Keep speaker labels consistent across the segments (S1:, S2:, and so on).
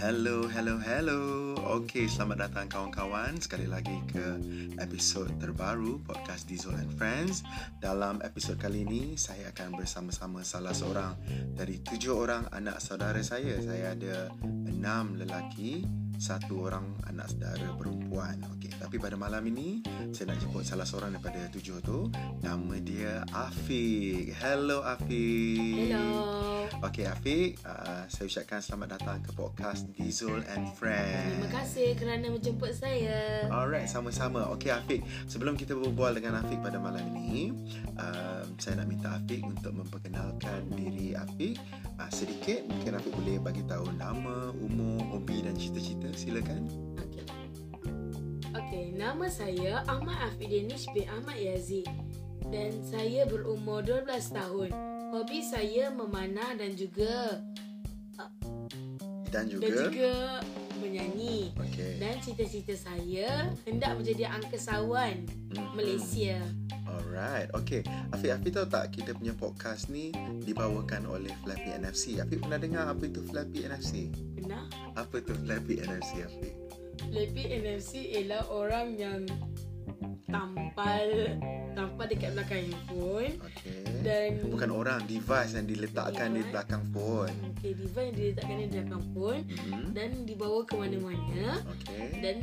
S1: Hello, hello, hello. Okey, selamat datang kawan-kawan sekali lagi ke episod terbaru podcast Diesel and Friends. Dalam episod kali ini, saya akan bersama-sama salah seorang dari tujuh orang anak saudara saya. Saya ada enam lelaki, satu orang anak saudara perempuan. Okey, tapi pada malam ini, saya nak jemput salah seorang daripada tujuh tu. Nama dia Afiq. Hello, Afiq.
S2: Hello.
S1: Okey Afiq, uh, saya ucapkan selamat datang ke podcast Diesel and Friends.
S2: Terima kasih kerana menjemput saya.
S1: Alright, sama-sama. Okey Afiq, sebelum kita berbual dengan Afiq pada malam ini, uh, saya nak minta Afiq untuk memperkenalkan diri Afiq uh, sedikit. Mungkin Afiq boleh bagi tahu nama, umur, hobi dan cita-cita. Silakan.
S2: Okey. Okey, nama saya Ahmad Afiq Danish bin Ahmad Yazid dan saya berumur 12 tahun. Hobi saya memanah dan juga
S1: Dan
S2: dan
S1: juga,
S2: juga menyanyi.
S1: okey.
S2: Dan cita-cita saya hendak menjadi angkesawan
S1: Mhm.
S2: Malaysia.
S1: Alright, okay. Afiq, Afiq tahu tak kita punya podcast ni dibawakan oleh Flappy NFC. Afiq pernah dengar apa itu Flappy NFC?
S2: Benar?
S1: Apa tu Flappy NFC Afiq?
S2: Lebih NFC ialah orang yang tampal tampal dekat belakang handphone
S1: Okay.
S2: dan
S1: Bukan orang, device yang diletakkan di
S2: Device.
S1: belakang phone.
S2: Okay, divan yang diletakkan di belakang pun
S1: Hmm.
S2: dan dibawa ke mana-mana
S1: Okay.
S2: dan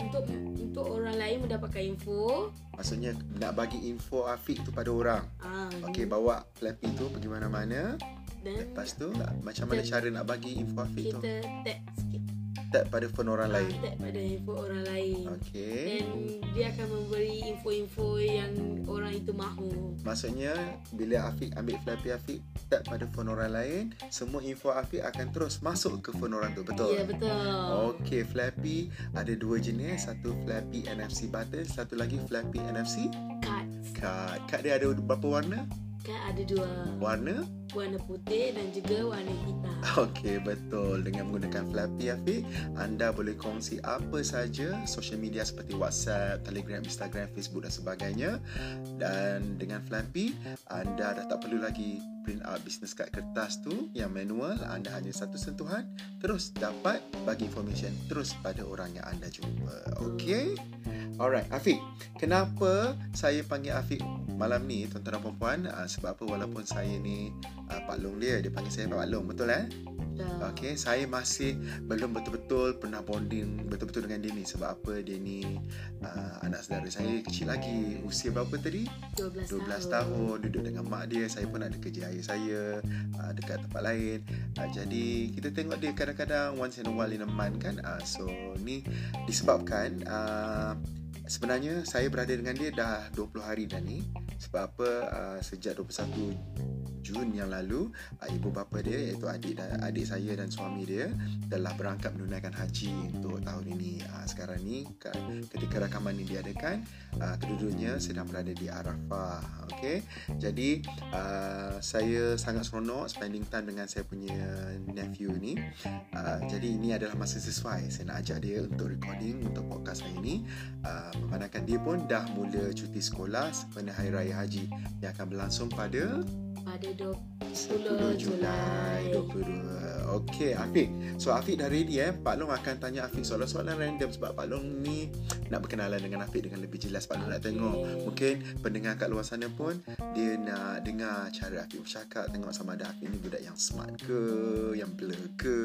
S2: untuk untuk orang lain mendapatkan info
S1: Maksudnya nak bagi info Afiq tu pada orang.
S2: ah
S1: Okay, bawa Flappy tu pergi mana-mana.
S2: dan
S1: Lepas tu nak, macam mana
S2: Kita-
S1: cara nak bagi info Afiq tu?
S2: kita tap sikit
S1: Tap pada phone orang
S2: ah,
S1: lain.
S2: tap pada info orang lain
S1: Okay.
S2: Ah. dan dia akan memberi info-info yang orang itu mahu
S1: Maksudnya bila Afiq ambil Flappy Afiq tap pada phone orang lain, semua info Afiq akan terus masuk ke phone orang tu. Betul?
S2: ya betul
S1: Okey, Flappy ada dua jenis, satu Flappy NFC button, satu lagi Flappy NFC
S2: kad
S1: card. Card dia ada berapa warna?
S2: kad ada dua
S1: Warna?
S2: warna putih dan juga warna hitam
S1: Okey, betul. Dengan menggunakan Flappy Afiq, anda boleh kongsi apa saja social media seperti WhatsApp, Telegram, Instagram, Facebook dan sebagainya. Dan dengan Flappy, anda dah tak perlu lagi print out business card kertas tu yang manual. Anda hanya satu sentuhan, terus dapat bagi information terus pada orang yang anda jumpa. Okey? Alright, Afiq. Kenapa saya panggil Afiq malam ni, tuan-tuan dan perempuan? Ah, sebab apa walaupun saya ni uh, Pak Long dia, dia panggil saya Pak Long, betul eh?
S2: Betul.
S1: Okey, saya masih belum betul-betul pernah bonding betul-betul dengan dia ni sebab apa dia ni uh, anak saudara saya kecil lagi. Usia berapa tadi?
S2: 12,
S1: 12 tahun duduk dengan mak dia. Saya pun ada kerja ayah saya uh, dekat tempat lain. Uh, jadi kita tengok dia kadang-kadang once in a while in a month kan. Uh, so ni disebabkan uh, sebenarnya saya berada dengan dia dah 20 hari dah ni sebab apa uh, sejak 21 Jun yang lalu uh, ibu bapa dia iaitu adik dan adik saya dan suami dia telah berangkat menunaikan haji untuk tahun ini. Uh, sekarang ni ke- ketika rakaman ini diadakan uh, kedua-duanya sedang berada di Arafah. Okey. Jadi uh, saya sangat seronok spending time dengan saya punya nephew ni. Uh, jadi ini adalah masa sesuai saya nak ajak dia untuk recording untuk podcast hari ini. Uh, memandangkan dia pun dah mula cuti sekolah sempena Hari Raya Haji yang akan berlangsung pada
S2: pada 20
S1: 10 Julai
S2: Julai.
S1: 22. Okey, Afiq. So Afiq dah ready eh. Pak Long akan tanya Afiq soalan-soalan random sebab Pak Long ni nak berkenalan dengan Afiq dengan lebih jelas. Pak Long nak
S2: Okey.
S1: tengok mungkin pendengar kat luar sana pun dia nak dengar cara Afiq bercakap, tengok sama ada Afiq ni budak yang smart ke, yang blur ke,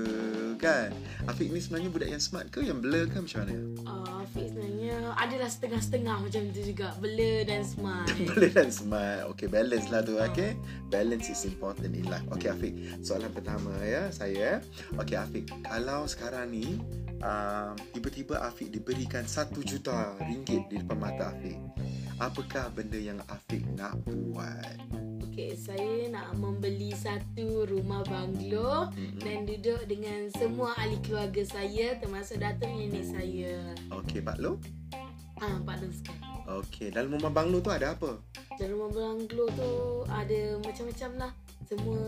S1: kan? Afiq ni sebenarnya budak yang smart ke, yang blur ke macam mana?
S2: Ah, Afiq sebenarnya adalah setengah-setengah macam tu juga. Blur dan smart.
S1: Boleh dan smart Okay balance lah tu Okay Balance is important in life Okay Afiq Soalan pertama ya Saya eh. Okay Afiq Kalau sekarang ni um, Tiba-tiba Afiq diberikan Satu juta ringgit Di depan mata Afiq Apakah benda yang Afiq nak buat
S2: Okey, saya nak membeli satu rumah banglo
S1: Mm-mm.
S2: dan duduk dengan semua ahli keluarga saya termasuk datuk nenek saya.
S1: Okay Pak Long
S2: Ah, Pak Long sekarang.
S1: Okay Dalam rumah Bang Long tu ada apa?
S2: Dan rumah banglo tu ada macam-macam lah. Semua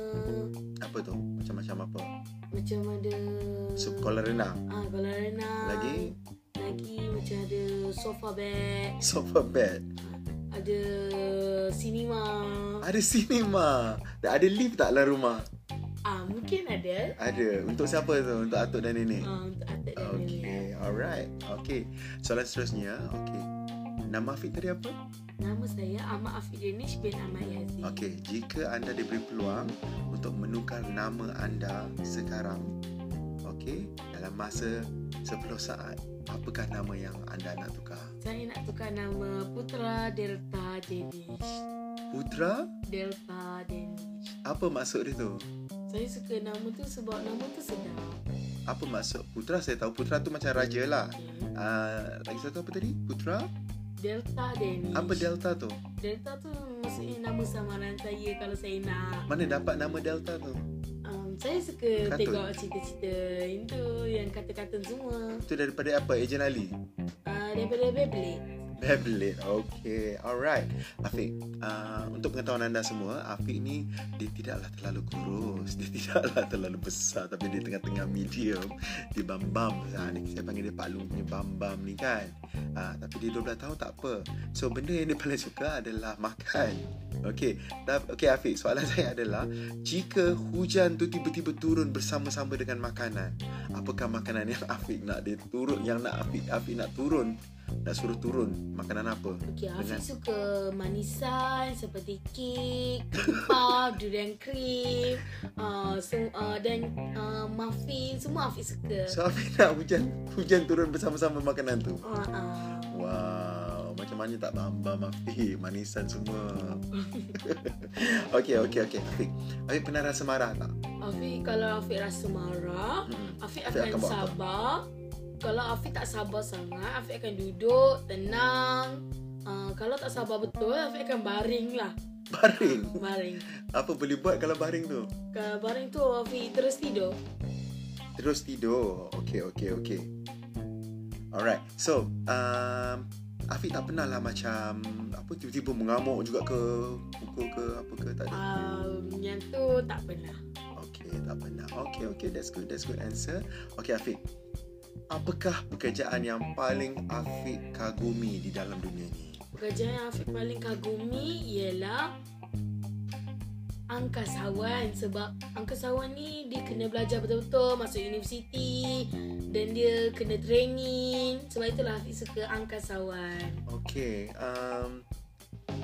S1: Apa tu? Macam-macam apa?
S2: macam ada
S1: So, kolam renang
S2: ah, kolam renang.
S1: Lagi
S2: Lagi macam ada sofa bed,
S1: Sofa bed
S2: ada cinema.
S1: Ada cinema Dan Ada lift tak dalam rumah?
S2: Ah, mungkin ada.
S1: Ada. Untuk siapa tu? Untuk atuk dan nenek.
S2: Ah, untuk atuk dan nenek.
S1: Okay, alright. Okay. Soalan seterusnya. Okay. Nama Afiq tadi apa?
S2: Nama saya Ahmad Afiq Danish bin Ahmad Yazid.
S1: Okey, jika anda diberi peluang untuk menukar nama anda sekarang, okey, dalam masa 10 saat, apakah nama yang anda nak tukar?
S2: Saya nak tukar nama Putra Delta Danish.
S1: Putra?
S2: Delta Danish.
S1: Apa maksud dia tu?
S2: Saya suka nama tu sebab nama tu sedap.
S1: Apa maksud putra? Saya tahu putra tu macam raja lah.
S2: Okay.
S1: Uh, lagi satu apa tadi? Putra?
S2: Delta Danish.
S1: Apa delta tu?
S2: Delta tu maksudnya nama samaran saya kalau saya nak.
S1: Mana dapat nama delta tu?
S2: Um, saya suka
S1: Kartun.
S2: tengok cerita-cerita itu yang kata-kata semua.
S1: Itu daripada apa? Ejen Ali?
S2: Uh, daripada Beyblade.
S1: Beyblade. Okay, alright. Afiq, uh, untuk pengetahuan anda semua, Afiq ni dia tidaklah terlalu kurus, dia tidaklah terlalu besar tapi dia tengah-tengah medium. Dia bambam. Ha, ni saya panggil dia Pak Long punya bambam ni kan. Ha, tapi dia 12 tahun tak apa. So benda yang dia paling suka adalah makan. Okay, okay Afiq, soalan saya adalah jika hujan tu tiba-tiba turun bersama-sama dengan makanan, apakah makanan yang Afiq nak dia turun yang nak Afiq Afiq nak turun nak suruh turun Makanan apa?
S2: Okey, Afiq
S1: Dengan-
S2: suka manisan seperti kek, puff, durian krim, uh, sem- uh, dan uh, muffin. Semua Afiq suka.
S1: So Afiq nak hujan Hujan turun bersama-sama makanan tu
S2: Uh, uh.
S1: Wow Macam mana tak bambam Afiq Manisan semua Okay okay okay Afiq Afiq pernah rasa marah tak?
S2: Afiq kalau Afiq rasa marah,
S1: Hmm.
S2: Afiq
S1: Afiq
S2: akan
S1: akan buat apa?
S2: sabar. Kalau Afiq tak sabar sangat, Afiq akan duduk, tenang. Uh, kalau tak sabar betul, Afiq akan baring lah.
S1: Baring
S2: Baring.
S1: Apa boleh buat kalau baring tu?
S2: Kalau baring tu, Afiq terus tidur.
S1: Terus tidur Okay okay okay Alright So um, Afiq tak pernah lah macam Apa tiba-tiba mengamuk juga ke Pukul ke apa ke tak ada
S2: Um, yang tu tak pernah.
S1: Okay, tak pernah. Okay, okay, that's good, that's good answer. Okay, Afiq. Apakah pekerjaan yang paling Afiq kagumi di dalam dunia ni?
S2: Pekerjaan yang Afiq paling kagumi ialah angkasawan sebab angkasawan ni dia kena belajar betul-betul masuk universiti dan dia kena training sebab itulah Afiq suka angkasawan
S1: Okay, um,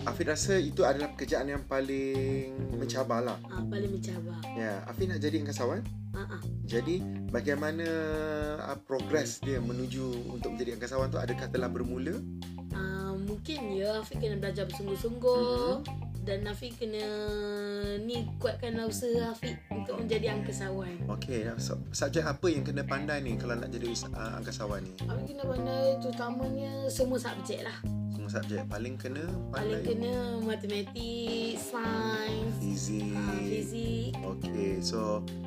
S1: Afiq rasa itu adalah pekerjaan yang paling mencabar lah.
S2: ah, paling mencabar
S1: Ya, yeah. Afiq nak jadi angkasawan.
S2: ah, ah.
S1: Jadi, bagaimana uh, progres dia menuju untuk menjadi angkasawan tu adakah telah bermula?
S2: Ah, mungkin ya Afiq kena belajar bersungguh-sungguh
S1: Mm-hmm.
S2: dan Afiq kena ni kuatkanlah usaha Afiq untuk menjadi angkasawan
S1: Okay, so, subjek apa yang kena pandai ni kalau nak jadi us- uh, angkasawan ni?
S2: Afiq kena pandai terutamanya semua subjek lah
S1: Semua subjek paling kena pandai.
S2: Paling kena matematik, sains,
S1: Fizik.
S2: uh, fizik.
S1: Okey, so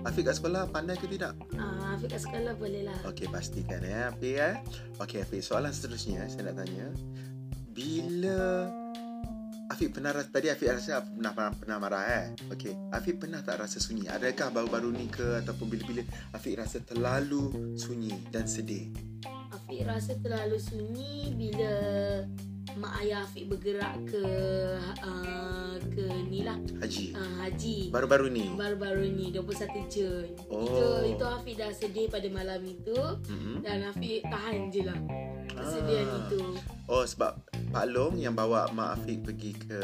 S1: Afiq kat sekolah pandai ke tidak?
S2: Uh, Afiq kat sekolah boleh lah.
S1: Okey, pastikan ya Afiq ya. Okey Afiq, soalan seterusnya saya nak tanya. Bila Afiq pernah rasa, tadi Afiq rasa Afiq pernah, pernah, pernah marah eh? Okey, Afiq pernah tak rasa sunyi? Adakah baru-baru ni ke ataupun bila-bila Afiq rasa terlalu sunyi dan sedih?
S2: Afiq rasa terlalu sunyi bila mak ayah Afiq bergerak ke uh, ke ni lah,
S1: Haji,
S2: uh, haji.
S1: baru-baru ni?
S2: Baru-baru ni 21 Jun.
S1: Oh.
S2: Itu itu Afiq dah sedih pada malam itu
S1: Mm-mm.
S2: dan Afiq tahan je lah
S1: Mm-hmm. Ah.
S2: kesedihan itu.
S1: Oh, sebab Pak Long yang bawa Mak Afiq pergi ke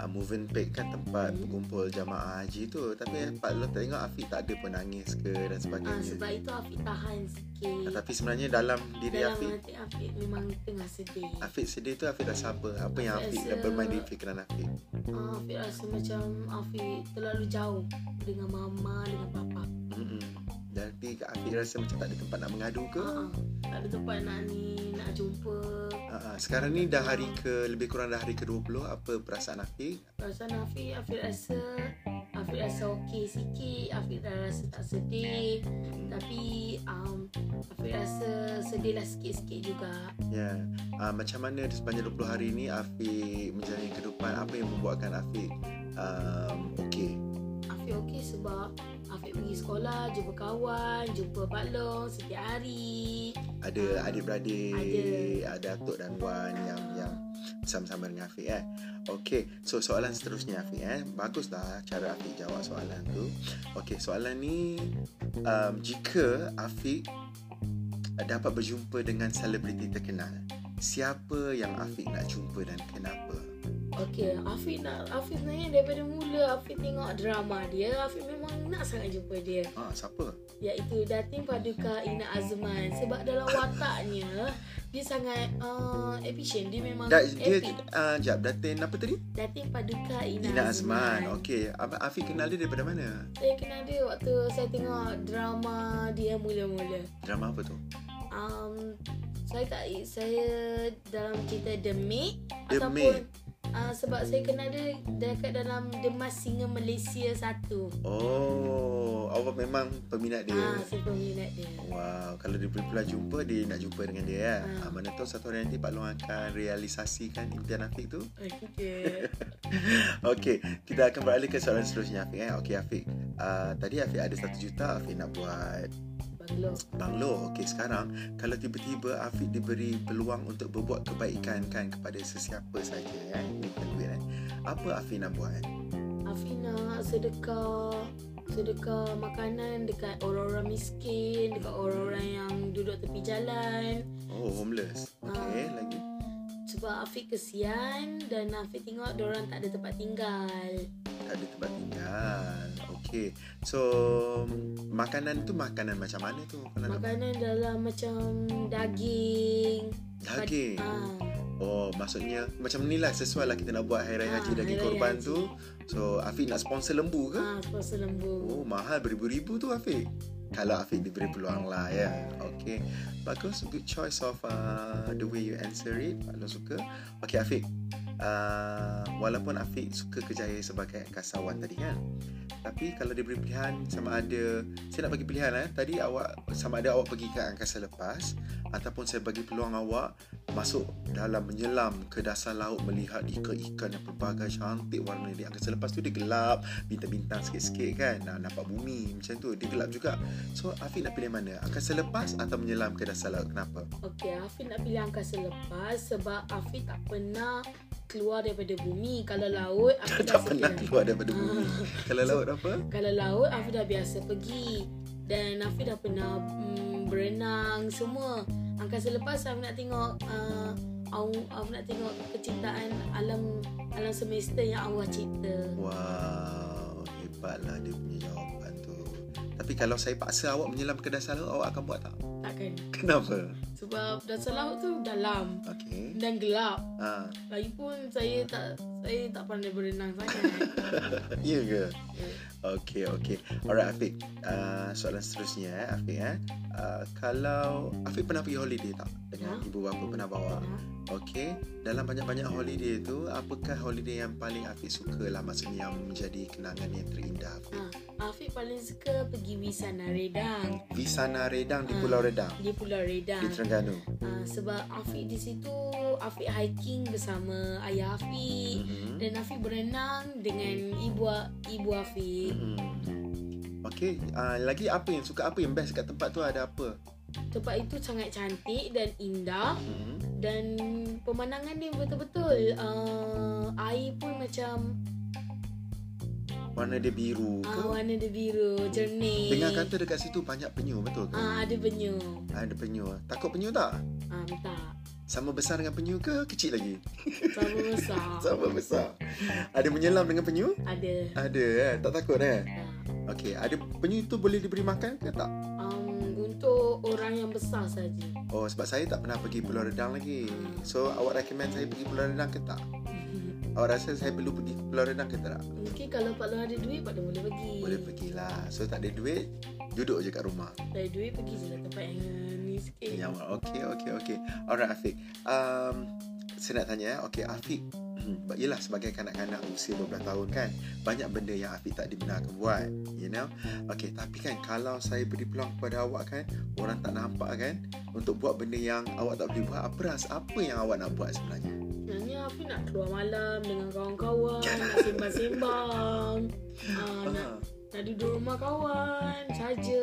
S1: uh, Moven Peak kan tempat
S2: Hmm.
S1: berkumpul jamaah haji tu. Tapi Pak Long tengok Afiq tak ada pun nangis ke dan
S2: Uh,
S1: sebagainya.
S2: sebab itu Afiq tahan
S1: Ah,
S2: sikit.
S1: tapi sebenarnya dalam diri
S2: Dalam
S1: Afiq,
S2: hati Afiq memang tengah sedih.
S1: Afiq sedih tu Afiq rasa apa? Apa yang
S2: Afiq
S1: Afiq
S2: rasa-
S1: bermain di fikiran Afiq?
S2: Ah, Afiq rasa macam Afiq terlalu jauh dengan mama, dengan papa.
S1: Mm-mm. Jadi Afiq rasa macam tak ada tempat nak mengadu ke?
S2: Ah, ah. tak ada tempat nak ni, nak jumpa.
S1: Ah, ah. Sekarang ni dah hari ke, lebih kurang dah hari ke-20, apa perasaan Afiq?
S2: Perasaan Afiq, Afiq rasa Afiq rasa okey sikit. Afiq dah rasa tak sedih. Tapi um, Afiq rasa sedih lah sikit-sikit juga.
S1: Ya, uh, macam mana di sepanjang 20 hari ini Afiq menjalani kehidupan apa yang membuatkan Afiq um, okey?
S2: Afiq okey sebab Afiq pergi sekolah, jumpa kawan, jumpa Pak Long setiap hari.
S1: Ada adik-beradik, ada. atuk dan wan yang yang bersama-sama dengan Afiq eh. Okey, so soalan seterusnya Afiq eh. Baguslah cara Afiq jawab soalan tu. Okey, soalan ni um, jika Afiq dapat berjumpa dengan selebriti terkenal, siapa yang Afiq nak jumpa dan kenapa?
S2: Okey, Afiq nak Afiq sebenarnya daripada mula Afiq tengok drama dia, Afiq memang nak sangat jumpa dia
S1: Ha, siapa?
S2: iaitu Datin Paduka Ina Azman sebab dalam wataknya dia sangat uh, efisien, dia memang
S1: Da, dia
S2: epic.
S1: uh, jap Datin apa tadi?
S2: Datin Paduka Ina,
S1: Ina Azman. Okey, Ab- Afiq kenal dia daripada mana?
S2: Saya kenal dia waktu saya tengok drama dia mula-mula.
S1: Drama apa tu?
S2: Um, saya tak saya dalam cerita The Maid
S1: The
S2: ataupun
S1: Maid.
S2: Uh, sebab saya kenal dia dekat dalam The Mask Singer Malaysia 1.
S1: Oh, awak memang peminat dia.
S2: Ah, saya peminat dia.
S1: Wow, kalau dia pula jumpa, dia nak jumpa dengan dia ya.
S2: Ha.
S1: Ha. Mana tahu satu hari nanti Pak Long akan realisasikan impian Afiq tu.
S2: Oh, Okay.
S1: Okey, kita akan beralih ke soalan seterusnya Afiq eh. Okey Afiq, uh, tadi Afiq ada satu juta Afiq nak buat
S2: Banglo.
S1: banglo. Okey, sekarang kalau tiba-tiba Afiq diberi peluang untuk berbuat kebaikan kan kepada sesiapa saja eh. Ini bukan duit eh. Apa Afiq nak buat? eh?
S2: Afina sedekah sedekah makanan dekat orang-orang miskin, dekat orang-orang yang duduk tepi jalan.
S1: Oh, homeless. Okey,
S2: Ah.
S1: lagi.
S2: Sebab Afiq kesian dan Afiq tengok diorang tak ada tempat tinggal.
S1: Tak ada tempat tinggal. Okey. So, makanan tu makanan macam mana tu? Kalau nak-
S2: Makanan dalam macam daging.
S1: Daging.
S2: Ah,
S1: Oh, maksudnya macam ni lah sesuai lah kita nak buat hari raya
S2: Ah,
S1: haji daging
S2: Hari Raya
S1: korban
S2: Haji.
S1: tu. So, Afiq nak sponsor lembu ke?
S2: ah puasa lembu.
S1: Oh, mahal beribu-ribu tu Afiq. Kalau Afiq diberi peluang lah ya. Okay. Bagus. Good choice of uh, the way you answer it. Kalau suka. Okay Afiq. Uh, walaupun Afiq suka kerjaya sebagai kasawan tadi kan. Tapi kalau diberi pilihan sama ada saya nak bagi pilihan eh. Tadi awak sama ada awak pergi ke angkasa lepas ataupun saya bagi peluang awak masuk dalam menyelam ke dasar laut melihat ikan-ikan yang pelbagai cantik warna di angkasa lepas tu dia gelap bintang-bintang sikit-sikit kan nak nampak bumi macam tu dia gelap juga so Afiq nak pilih mana akan selepas atau menyelam ke dasar laut kenapa
S2: Okey, Afiq nak pilih angkasa lepas sebab Afiq tak pernah keluar daripada bumi. Kalau laut, Afiq
S1: tak
S2: rasa
S1: pernah
S2: tenang.
S1: keluar daripada bumi
S2: Ah.
S1: kalau laut apa
S2: Kalau laut Afi dah biasa pergi Dan Afi dah pernah mm, berenang semua Angkasa lepas Afi nak tengok uh, Afi nak tengok kecintaan alam alam semesta yang Allah cipta
S1: wow hebatlah dia punya jawapan tu tapi kalau saya paksa awak menyelam ke dasar laut awak akan buat tak
S2: Takkan
S1: kenapa
S2: Sebab dasar laut tu dalam
S1: okey
S2: dan gelap
S1: ha
S2: Lagipun saya tak saya tak pandai berenang sangat
S1: ya ke Okey, okey. Alright, Afiq. Uh, soalan seterusnya, eh, Afiq. Eh. Uh, kalau Afiq pernah pergi holiday tak? Dengan
S2: Pernah.
S1: ibu bapa pernah
S2: Ha?
S1: bawa? Okey, dalam banyak-banyak holiday tu, apakah holiday yang paling Afiq suka lah maksudnya yang menjadi kenangan yang terindah Afiq?
S2: Afi paling suka pergi Wisana Redang
S1: Visana Redang di
S2: Hmm.
S1: Pulau Redang,
S2: Di Pulau Redang
S1: di Terengganu.
S2: Ah, sebab Afiq di situ Afiq hiking bersama ayah Afiq
S1: Mhm.
S2: dan Afiq berenang dengan ibu ibu Afiq.
S1: Mhm. Okey, uh, lagi apa yang suka apa yang best kat tempat tu ada apa?
S2: Tempat itu sangat cantik dan indah
S1: Mhm.
S2: dan pemandangan dia betul-betul uh, air pun macam
S1: Warna dia biru ke?
S2: uh, warna dia biru, jernih.
S1: Dengar kata dekat situ banyak penyu, betul ke?
S2: Ah, ada penyu.
S1: Ada penyu. Takut penyu tak?
S2: Ah, tak.
S1: Sama besar dengan penyu ke kecil lagi?
S2: Sama besar.
S1: Sama besar. Ada menyelam dengan penyu?
S2: ada.
S1: Ada eh, tak takut eh?
S2: Ah,
S1: Okey, ada penyu tu boleh diberi makan ke tak?
S2: Um, untuk orang yang besar saja.
S1: Oh, sebab saya tak pernah pergi Pulau Redang lagi. So, awak recommend saya pergi Pulau Redang ke tak? Awak rasa saya perlu pergi Pulau Redang ke tak?
S2: Mungkin kalau Pak Long ada duit, Pak Long boleh pergi.
S1: Boleh pergilah. So, tak ada duit, duduk je kat rumah.
S2: Dari duit pergi je lah tempat yang ni sikit
S1: Yang okey, okey, okey. Alright, Afiq. Um, saya nak tanya eh. Okey, Afiq. Hmm, yelah sebagai kanak-kanak usia 12 tahun kan Banyak benda yang Afiq tak dibenarkan buat You know Okay tapi kan kalau saya beri peluang kepada awak kan Orang tak nampak kan Untuk buat benda yang awak tak boleh buat Apa ras apa yang awak nak buat sebenarnya
S2: Sebenarnya aku nak keluar malam dengan kawan-kawan
S1: lah.
S2: Nak sembang-sembang uh, nak,
S1: Ah.
S2: nak duduk rumah kawan saja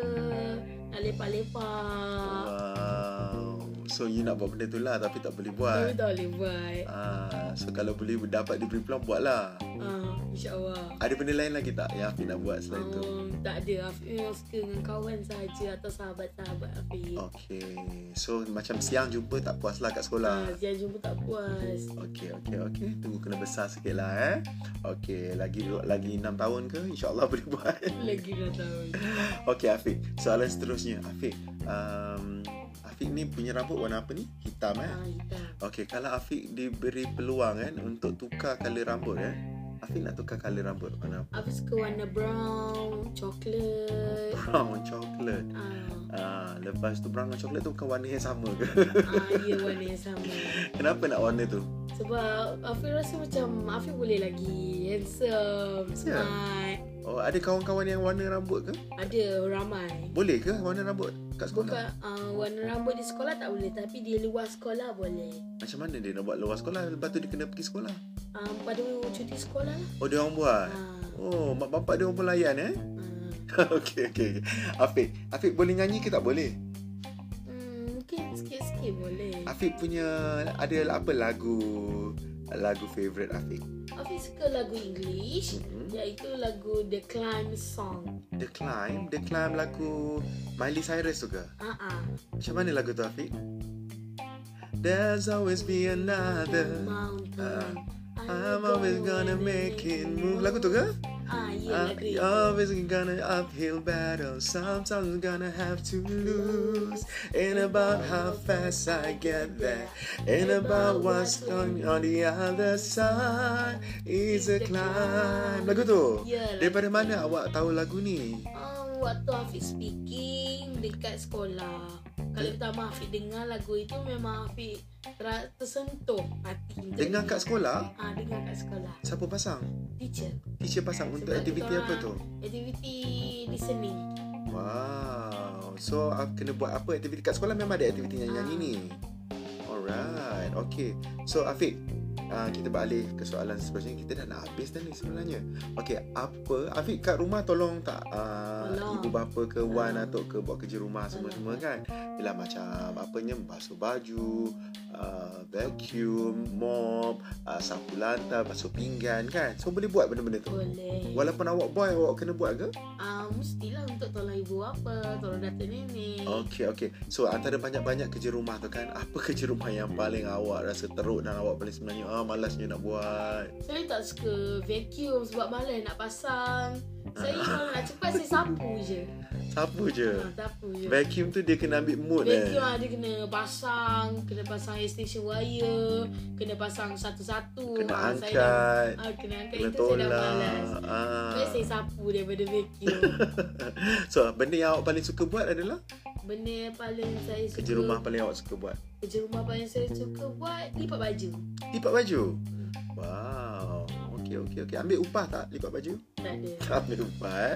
S2: Nak lepak-lepak
S1: Wow, So you nak buat benda tu lah Tapi tak boleh
S2: Tapi
S1: buat
S2: tak boleh buat
S1: Ah, So kalau boleh dapat diberi peluang Buat lah
S2: uh, InsyaAllah
S1: Ada benda lain lagi tak Yang Afiq nak buat selain tu
S2: um, Tak ada Afiq memang suka dengan kawan saja Atau sahabat-sahabat Afiq oh,
S1: Okay So macam siang jumpa Tak puas lah kat sekolah
S2: Dia jumpa tak puas
S1: Okey, okey, okey. Tunggu kena besar sikit lah eh. Okey, lagi lagi 6 tahun ke? InsyaAllah boleh buat.
S2: Lagi 2 tahun
S1: Okey, Afiq. Soalan seterusnya. Afiq, um, Afiq ni punya rambut warna apa ni? Hitam eh?
S2: Ah, hitam.
S1: Okey, kalau Afiq diberi peluang kan untuk tukar colour rambut eh. Afiq nak tukar colour rambut warna apa?
S2: Afiq suka warna brown Coklat
S1: Brown chocolate.
S2: Ah,
S1: Ah, lepas tu brown dengan coklat tu bukan warna yang sama ke?
S2: ah, Ya warna yang sama
S1: Kenapa nak warna tu?
S2: Sebab Afiq rasa macam Afiq boleh lagi Handsome
S1: Ya.
S2: Smart
S1: Oh, ada kawan-kawan yang warna rambut ke?
S2: Ada ramai
S1: Boleh ke warna rambut kat sekolah?
S2: Bukan uh, warna rambut di sekolah tak boleh Tapi di luar sekolah boleh
S1: Macam mana dia nak buat luar sekolah Lepas tu dia kena pergi sekolah
S2: um, Pada cuti sekolah lah
S1: Oh dia orang buat
S2: uh,
S1: Oh mak bapak dia orang pun layan eh
S2: uh,
S1: Okey okey okay. Afiq Afiq boleh nyanyi ke tak boleh?
S2: hmm, Mungkin sikit-sikit boleh
S1: Afiq punya Ada apa lagu Lagu favourite Afiq
S2: Afiq suka lagu English
S1: mm-hmm.
S2: Iaitu lagu The Climb Song
S1: The Climb The Climb lagu Miley Cyrus tu ke?
S2: Ah ah.
S1: Macam mana lagu tu Afiq? There's always be another
S2: Mountain
S1: Eh. Ah. I'm always gonna make it move Lagu tu ke?
S2: Ah, ya
S1: Uh,
S2: lagu
S1: you
S2: itu
S1: always gonna uphill battle. Sometimes I'm gonna have to lose. Ain't about how fast I get there. Ain't about what's going on the other side. It's a climb. Lagu tu.
S2: Ya lagu
S1: Daripada mana awak tahu lagu ni?
S2: Um, waktu Afiq speaking dekat sekolah Kali pertama Afiq dengar lagu itu memang Afiq ter- tersentuh hati
S1: Dengar kat sekolah?
S2: Ah, dengar kat sekolah
S1: Siapa pasang?
S2: Teacher
S1: Teacher pasang untuk aktiviti apa tu?
S2: Aktiviti listening
S1: Wow. So aku kena buat apa aktiviti kat sekolah memang ada aktiviti nyanyi-nyanyi ni. Alright. Okay. So Afiq, uh, kita balik ke soalan seterusnya. Kita dah nak habis dah ni sebenarnya. Okay, apa Afiq kat rumah tolong tak uh,
S2: Tolong.
S1: ibu bapa ke wan
S2: Tolong.
S1: atau ke buat kerja rumah semua-semua kan? Yelah macam apanya basuh baju, uh, vacuum, mop, uh, sapu lantai, basuh pinggan kan. So boleh buat benda-benda tu.
S2: Boleh
S1: Walaupun awak boy awak kena buat ke?
S2: Ah, Mestilah untuk tolong ibu apa Tolong datuk nenek
S1: Okey okey. So antara banyak-banyak kerja rumah tu kan, apa kerja rumah yang paling awak rasa teruk dan awak paling sebenarnya ah malasnya nak buat.
S2: Saya tak suka vacuum Sebab malas nak pasang Saya kalau
S1: Ah.
S2: nak cepat Saya sapu je
S1: Sapu je.
S2: ha, Sapu je
S1: Vacuum tu dia kena ambil mood eh.
S2: Vacuum ada kena pasang Kena pasang extension wire Kena pasang satu-satu
S1: Kena
S2: Ah, saya dah-
S1: angkat,
S2: ah, Kena angkat
S1: kena
S2: itu saya dah malas
S1: tolak.
S2: Saya
S1: Ah.
S2: saya sapu daripada vacuum
S1: So benda yang awak paling suka buat adalah
S2: Benda yang paling saya suka
S1: kerja rumah paling awak suka buat.
S2: Kerja rumah paling saya suka buat Lipat baju
S1: Lipat baju. Wow. Okey okey okey. Ambil upah tak lipat baju?
S2: Tak ada
S1: Ambil upah eh.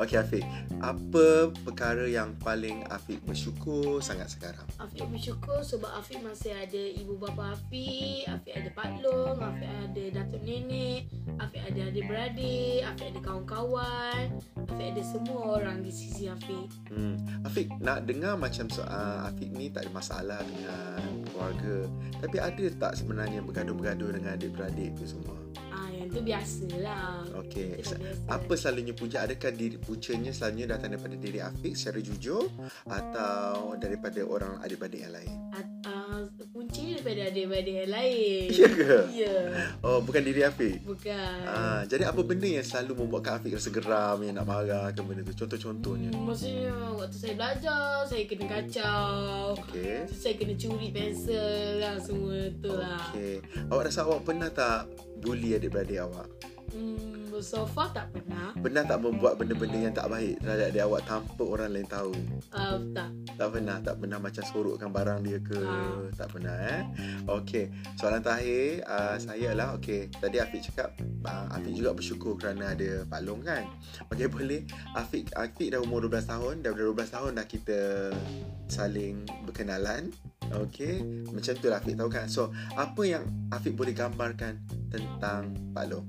S1: Okey Afiq, apa perkara yang paling Afiq bersyukur sangat sekarang?
S2: Afiq bersyukur sebab Afiq masih ada ibu bapa Afiq, Afiq ada Pak Long, Afiq ada datuk nenek, Afiq ada adik-beradik, Afiq ada kawan-kawan, Afiq ada semua orang di sisi Afiq.
S1: Hmm. Afiq nak dengar macam so, uh, Afiq ni tak ada masalah dengan keluarga Tapi ada tak sebenarnya bergaduh-bergaduh dengan adik-beradik tu semua
S2: Ah yang tu biasalah.
S1: Okey
S2: Itu
S1: Sa-
S2: biasa.
S1: Apa selalunya punca Adakah diri, puncanya selalunya datang daripada diri Afiq secara jujur Atau daripada orang adik-beradik yang lain
S2: At- ah, Kunci daripada adik-beradik yang lain.
S1: Ya ke?
S2: Ya.
S1: Oh bukan diri Afiq
S2: Bukan.
S1: Ah, jadi apa benda yang selalu membuatkan Afiq rasa geram Yang nak marah ke benda tu Contoh-contohnya
S2: Hmm, maksudnya waktu saya belajar, saya kena kacau.
S1: Okey
S2: Saya kena curi pensel lah semua tu lah.
S1: Okey Awak rasa awak pernah tak Bully adik-beradik awak
S2: Hmm, so far tak pernah.
S1: Pernah tak membuat benda-benda yang tak baik terhadap dia awak tanpa orang lain tahu?
S2: Uh, tak.
S1: Tak pernah, tak pernah macam sorokkan barang dia ke?
S2: Ah.
S1: Tak pernah eh? Okey, soalan terakhir uh, saya lah. Okey, tadi Afiq cakap uh, Afiq juga bersyukur kerana ada Pak Long kan? Okey boleh, Afiq, Afiq dah umur 12 tahun, dah 12 tahun dah kita saling berkenalan. Okey, macam tu lah Afiq tahu kan? So, apa yang Afiq boleh gambarkan tentang Pak Long?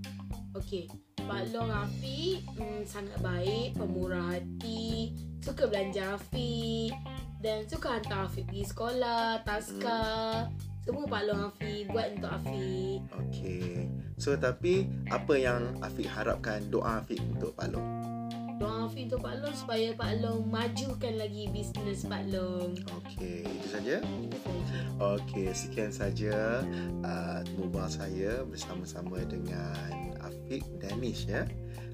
S2: Okey. Pak Long Afiq mm, sangat baik, pemurah hati, suka belanja Afiq. Dan suka hantar Afiq pergi sekolah, taska,
S1: Hmm.
S2: semua Pak Long Afiq buat untuk Afiq.
S1: Okey. So tapi apa yang Afiq harapkan doa Afiq untuk Pak Long?
S2: Doa Afiq untuk Pak Long supaya Pak Long majukan lagi bisnes Pak Long.
S1: Okey, itu saja.
S2: Itu saja.
S1: Okey, sekian saja uh, temu bual saya bersama-sama dengan Afiq Danish ya.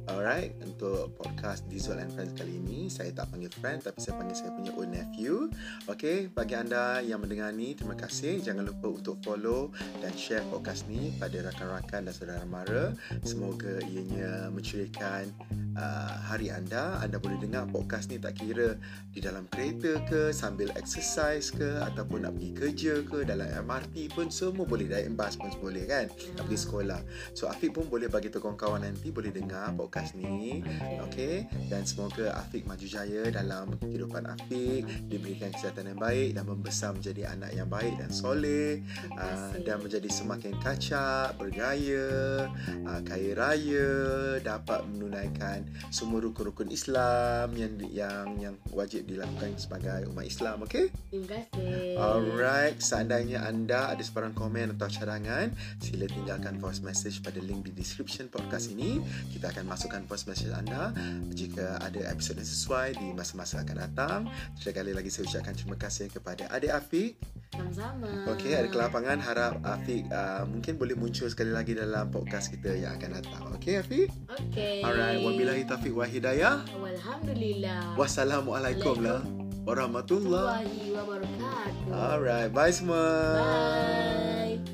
S1: Alright, untuk podcast Dizol and Friends kali ini, saya tak panggil friend tapi saya panggil saya punya own nephew. Okey, bagi anda yang mendengar ni, terima kasih. Jangan lupa untuk follow dan share podcast ni pada rakan-rakan dan saudara mara. Semoga ianya menceriakan uh, hari anda. Anda boleh dengar podcast ni tak kira di dalam kereta ke sambil exercise ke ataupun nak pergi kerja ke dalam MRT pun semua boleh direct bus pun boleh kan nak pergi sekolah so Afiq pun boleh bagi tahu kawan-kawan nanti boleh dengar podcast ni okey dan semoga Afiq maju jaya dalam kehidupan Afiq diberikan kesihatan yang baik dan membesar menjadi anak yang baik dan soleh uh, dan menjadi semakin kacak bergaya uh, kaya raya dapat menunaikan semua rukun-rukun Islam yang yang yang wajib dilakukan sebagai umat Islam okey
S2: Terima kasih.
S1: Alright, seandainya anda ada sebarang komen atau cadangan, sila tinggalkan voice message pada link di description podcast ini. Kita akan masukkan voice message anda jika ada episod yang sesuai di masa-masa akan datang. Sekali lagi saya ucapkan terima kasih kepada Adik Afiq.
S2: Sama-sama.
S1: Okey, ada kelapangan harap Afiq uh, mungkin boleh muncul sekali lagi dalam podcast kita yang akan datang. Okey Afiq?
S2: Okay.
S1: Alright, wabillahi taufiq wa hidayah.
S2: Alhamdulillah.
S1: Wassalamualaikum lah. Warahmatullahi
S2: Warahmatullahi wabarakatuh.
S1: Alright, bye semua.
S2: Bye.